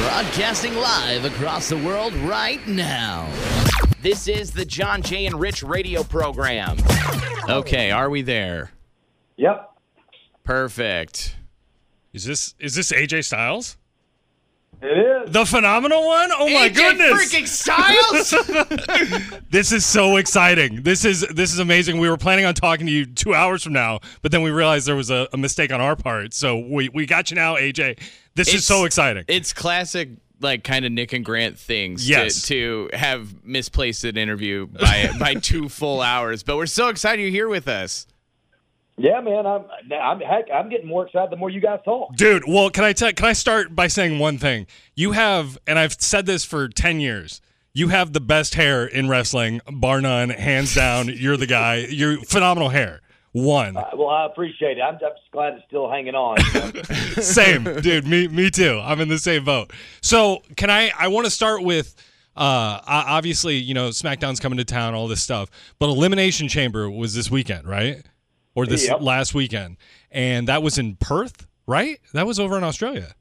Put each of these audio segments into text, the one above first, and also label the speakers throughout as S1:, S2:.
S1: Broadcasting live across the world right now.
S2: This is the John Jay and Rich radio program.
S1: Okay, are we there?
S3: Yep.
S1: Perfect.
S4: Is this is this AJ Styles?
S3: It is.
S4: The phenomenal one? Oh my
S2: AJ
S4: goodness.
S2: freaking Styles?
S4: This is so exciting. This is this is amazing. We were planning on talking to you 2 hours from now, but then we realized there was a, a mistake on our part. So we we got you now, AJ. This is
S1: It's-
S4: so exciting.
S1: It's classic, like kind of Nick and Grant things. to-
S4: Yes.
S1: To, have misplaced an interview by by two full hours, but we're so excited you're here with us.
S3: Yeah, man. I'm, I'm heck. I'm getting more excited the more you guys talk.
S4: Dude, well, can I tell can I start by saying one thing? You have and I've said this for 10 years. You have the best hair in wrestling, bar none, hands down. You're the guy. You're phenomenal hair. One.
S3: Well, I appreciate it. I'm, I'm just glad it's still hanging on.
S4: same dude me me too i'm in the same boat so can i i want to start with uh o- obviously you know smackdown's coming to town all this stuff but elimination chamber was this weekend right or this
S3: Yep.
S4: last weekend and that was in perth right that was over in australia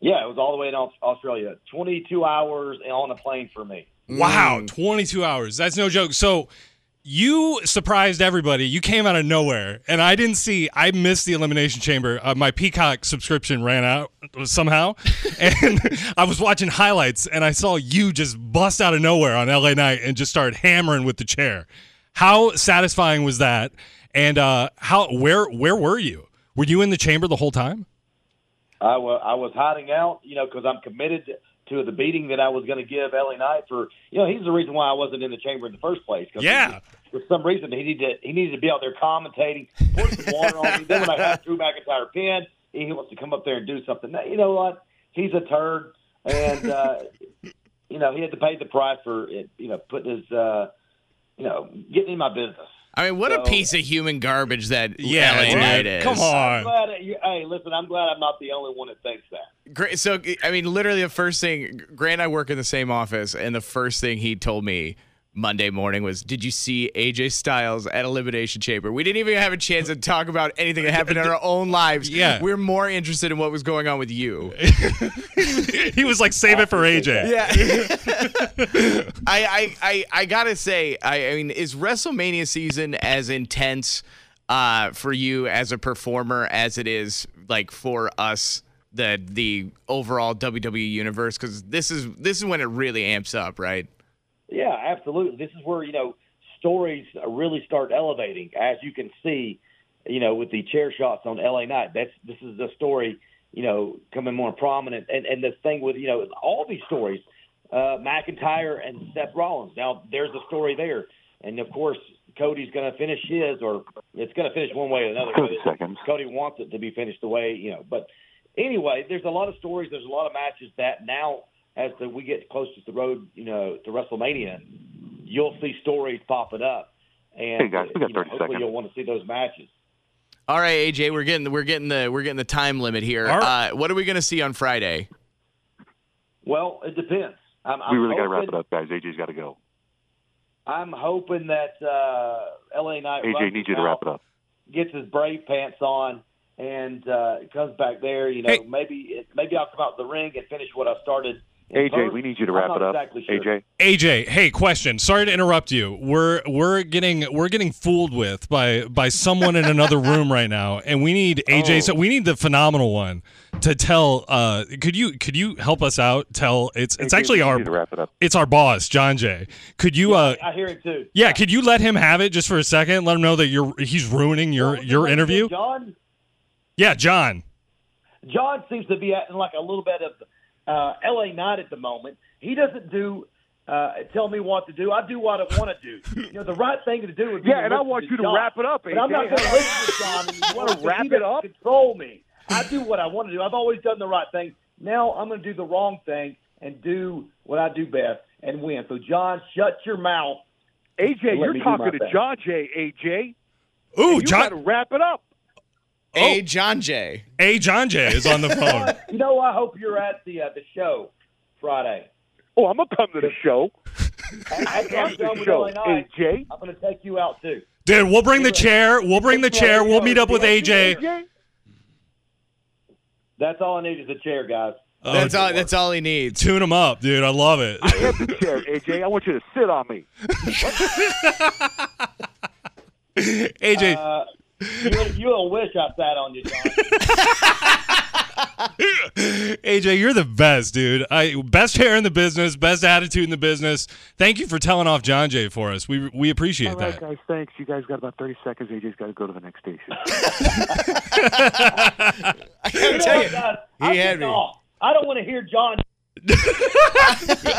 S3: yeah, it was all the way in Aus- Australia. 22 hours on a plane for me.
S4: wow 22 hours that's no joke so you surprised everybody you came out of nowhere and i didn't see i missed the elimination chamber uh, my peacock subscription ran out somehow and i was watching highlights and i saw you just bust out of nowhere on la night and just started hammering with the chair how satisfying was that and uh how where where were you were you in the chamber the whole time
S3: I wa I was hiding out, you know, because I'm committed to the beating that I was going to give Ellie Knight for, you know, he's the reason why I wasn't in the chamber in the first place. 'cause
S4: Yeah.
S3: he- for some reason, he needed to, he needed to be out there commentating, pour some water on me. Then when I have Drew McIntyre pinned, he wants to come up there and do something. Now, you know what? He's a turd, and uh, you know he had to pay the price for it, you know putting his, uh, you know, getting in my business.
S1: I mean, what a
S3: So-
S1: piece of human garbage that
S4: Yeah,
S1: LA
S4: dude.
S1: Knight is.
S4: Come on.
S3: I'm glad, hey, listen, I'm glad I'm not the only one that thinks that.
S1: Gra- So, I mean, literally the first thing, Grant and I work in the same office, and the first thing he told me Monday morning was, Did you see AJ Styles at Elimination Chamber? We didn't even have a chance to talk about anything that happened in our own lives.
S4: Yeah.
S1: We're more interested in what was going on with you.
S4: he was like save it for aj
S1: Yeah. I, I, I, I gotta say, I, I mean, is WrestleMania season as intense uh, for you as a performer as it is like for us, the the overall WWE universe? Because this is this is when it really amps up, right?
S3: Yeah, absolutely. This is where you know stories really start elevating, as you can see, you know, with the chair shots on LA Night. That's this is the story, you know, coming more prominent, and and the thing with you know all these stories, uh, McIntyre and Seth Rollins. Now there's a story there, and of course Cody's going to finish his, or it's going to finish one way or another.
S5: Thirty seconds.
S3: Cody wants it to be finished the way you know. But anyway, there's a lot of stories. There's a lot of matches that now, as the, we get closer to the road, you know, to WrestleMania, you'll see stories popping up, and
S5: Hey, guys, we got
S3: you know,
S5: 30
S3: hopefully
S5: seconds.
S3: you'll want to see those matches.
S1: All right, AJ, we're getting we're getting the we're getting the time limit here.
S4: All
S1: Uh, what are we gonna see on Friday?
S3: Well, it depends. I'm,
S5: We
S3: I'm
S5: really got to wrap
S3: hoping-
S5: it up, guys. AJ's got to go.
S3: I'm hoping that uh, LA Knight
S5: AJ
S3: rushes
S5: needs you to wrap
S3: out,
S5: it up.
S3: Gets his brave pants on and uh, comes back there. You know,
S4: Hey.
S3: maybe it, maybe I'll come out the ring and finish what I started. in
S5: AJ,
S3: Perth.
S5: we need you to
S3: I'm
S5: wrap
S3: not
S5: it up.
S3: exactly sure.
S5: AJ,
S4: AJ, hey, question. Sorry to interrupt you. We're we're getting we're getting fooled with by by someone in another room right now, and we need AJ. So we need the phenomenal one to tell. Uh, could you could you help us out? Tell it's it's
S5: AJ,
S4: actually
S5: we
S4: our
S5: need you to wrap it up.
S4: it's our boss, John Jay. Could you? Uh,
S3: I hear it too.
S4: yeah, could you let him have it just for a second? Let him know that you're he's ruining your
S3: What was
S4: your
S3: the name of it,
S4: interview.
S3: John.
S4: Yeah, John.
S3: John seems to be acting like a little bit of uh, L.A. Knight at the moment. He doesn't do. Uh, tell me what to do. I do what I want to do. You know, the right thing to do is
S6: Yeah, and I want you to wrap it up,
S3: But I'm not
S6: AJ.
S3: going to listen to John.
S6: wanna
S3: anymore because
S6: wrap
S3: he
S6: it
S3: doesn't
S6: up?
S3: Control me.
S6: I do what I want to do. I've always done the right thing. Now I'm going to do the wrong thing and do what I do best and win. So, John, shut your mouth.
S7: AJ,
S6: Let
S7: you're
S6: me do
S7: talking
S6: my
S7: to
S6: best.
S7: John Jay, AJ.
S4: Ooh,
S7: you got to
S4: John,
S7: wrap it up.
S1: Hey, John Jay.
S4: A. John Jay is on the phone.
S3: You know, I hope you're at the uh, the show Friday.
S7: Oh, I'm gonna come to the show.
S3: After I'm done
S7: After the
S3: with
S7: show,
S3: LA Knight,
S7: AJ.
S3: I'm going to take you out too.
S4: Dude, we'll bring the chair. We'll bring the chair. We'll meet up with AJ.
S7: AJ.
S3: That's all I need is a chair, guys.
S4: Oh,
S1: That's all. That's all he needs.
S4: Tune him up, dude. I love it.
S7: I have the chair, AJ. I want you to sit on me.
S4: AJ,
S3: You, you'll wish I sat on you, John.
S1: uh,
S4: AJ, you're the best, dude. I best hair in the business, best attitude in the business. Thank you for telling off John Jay for us. We we appreciate
S7: All right,
S4: that.
S7: guys. Thanks. You guys got about 30 seconds. AJ's got to go to the next station.
S1: I gotta tell
S3: Guys,
S1: you,
S3: I'm
S1: had
S3: getting
S1: me.
S3: off. I don't want to hear John.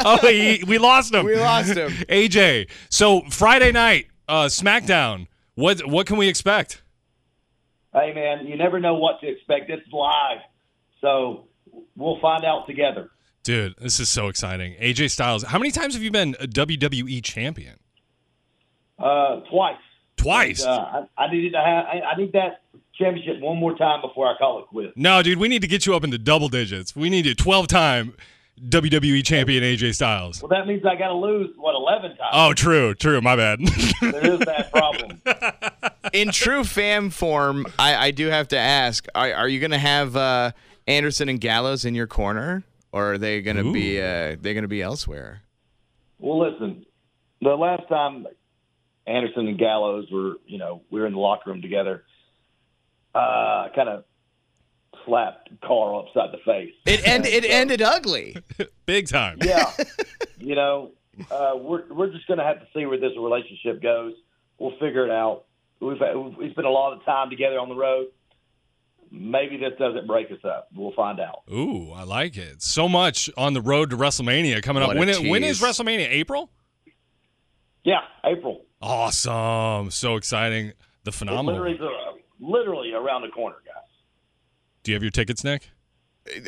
S4: Oh, he, we lost him.
S1: we lost him.
S4: AJ. So Friday night, uh, SmackDown. What what can we expect?
S3: Hey, man, you never know what to expect. It's live, so we'll find out together.
S4: Dude, this is so exciting. AJ Styles. How many times have you been a WWE champion?
S3: Uh, twice.
S4: Twice.
S3: Uh, I, I needed to have. I, I need that championship one more time before I call it quits.
S4: No, dude, we need to get you up into double digits. We need a 12 time WWE champion AJ Styles.
S3: Well, that means I got to lose what eleven times.
S4: Oh, true, true. My bad.
S3: There is that problem.
S1: In true fam form, I, I do have to ask: Are, are you gonna have uh, Anderson and Gallows in your corner, or are they gonna be uh, they gonna be elsewhere?
S3: Well, listen, the last time Anderson and Gallows were, you know, we were in the locker room together, uh, kind of slapped Carl upside the face.
S1: It end, it ended ugly.
S4: Big time.
S3: Yeah, you know, uh, we're we're just gonna have to see where this relationship goes. We'll figure it out. We've had, we spent a lot of time together on the road. Maybe this doesn't break us up. We'll find out.
S4: Ooh, I like it. So much on the road to WrestleMania coming up.
S1: What a
S4: When, it, when is
S1: tease.
S4: WrestleMania? April?
S3: Yeah, April.
S4: Awesome. So exciting. The
S3: It's literally
S4: phenomenal.
S3: literally around the corner, guys.
S4: Do you have your tickets, Nick?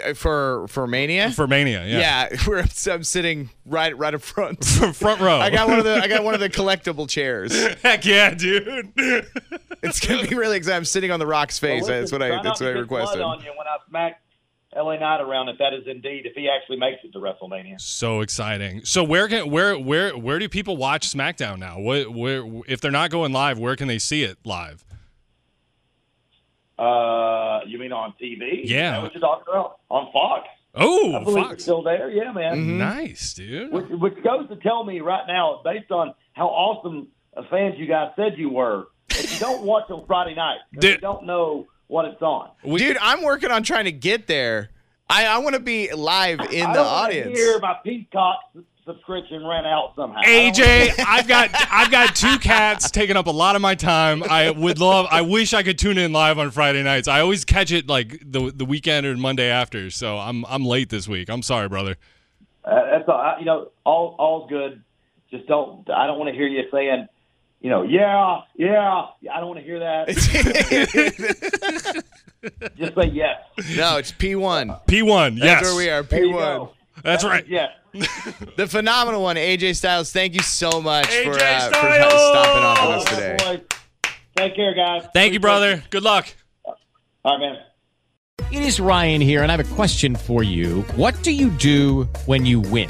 S1: Uh, for for Mania.
S4: For Mania, yeah.
S1: yeah, we're I'm sitting right right up front.
S4: From front row.
S1: I got one of the I got one of the collectible chairs.
S4: Heck yeah, dude.
S1: It's gonna be really exciting. I'm sitting on the rock's face.
S3: Well,
S1: that's
S3: listen,
S1: what I
S3: try
S1: that's
S3: not
S1: what I
S3: to get blood
S1: requested.
S3: On you when I smack LA Knight around, if that is indeed, if he actually makes it to WrestleMania.
S4: so exciting. So where can where where where do people watch SmackDown now? What where if they're not going live, where can they see it live?
S3: Uh, you mean on TV? Is
S4: Yeah.
S3: that what you're talking about? On Fox. I
S4: Oh,
S3: believe it's
S4: Fox.
S3: still there. Yeah, man.
S1: Mm-hmm.
S4: Nice, dude.
S3: Which, which goes to tell me right now, based on how awesome of fans you guys said you were, if you don't watch on Friday night, 'cause
S4: Dude.
S3: you don't know what it's on.
S1: Dude, I'm working on trying to get there. I, I want to be live in
S3: I
S1: the
S3: don't wanna
S1: audience.
S3: Hear my Peacock s- subscription ran out somehow. I don't
S4: AJ, I've got I've got two cats taking up a lot of my time. I would love I wish I could tune in live on Friday nights. I always catch it like the the weekend or Monday after. So I'm I'm late this week. I'm sorry, brother.
S3: Uh, that's all. I, you know, all all's good. Just don't. I don't want to hear you saying, you know, yeah, yeah. I don't want to hear that. Just say yes.
S1: no, it's P1.
S4: P1. Yes.
S1: That's where we are.
S3: There you go.
S1: P1.
S4: That's right.
S3: Yes.
S1: The phenomenal one, AJ Styles. Thank you so much for,
S4: AJ
S1: uh, for stopping off with
S3: All
S1: us
S3: right,
S1: today.
S3: boys. Take care, guys.
S4: Thank you, brother. Good luck.
S3: All right, man.
S8: It is Ryan here, and I have a question for you. What do you do when you win?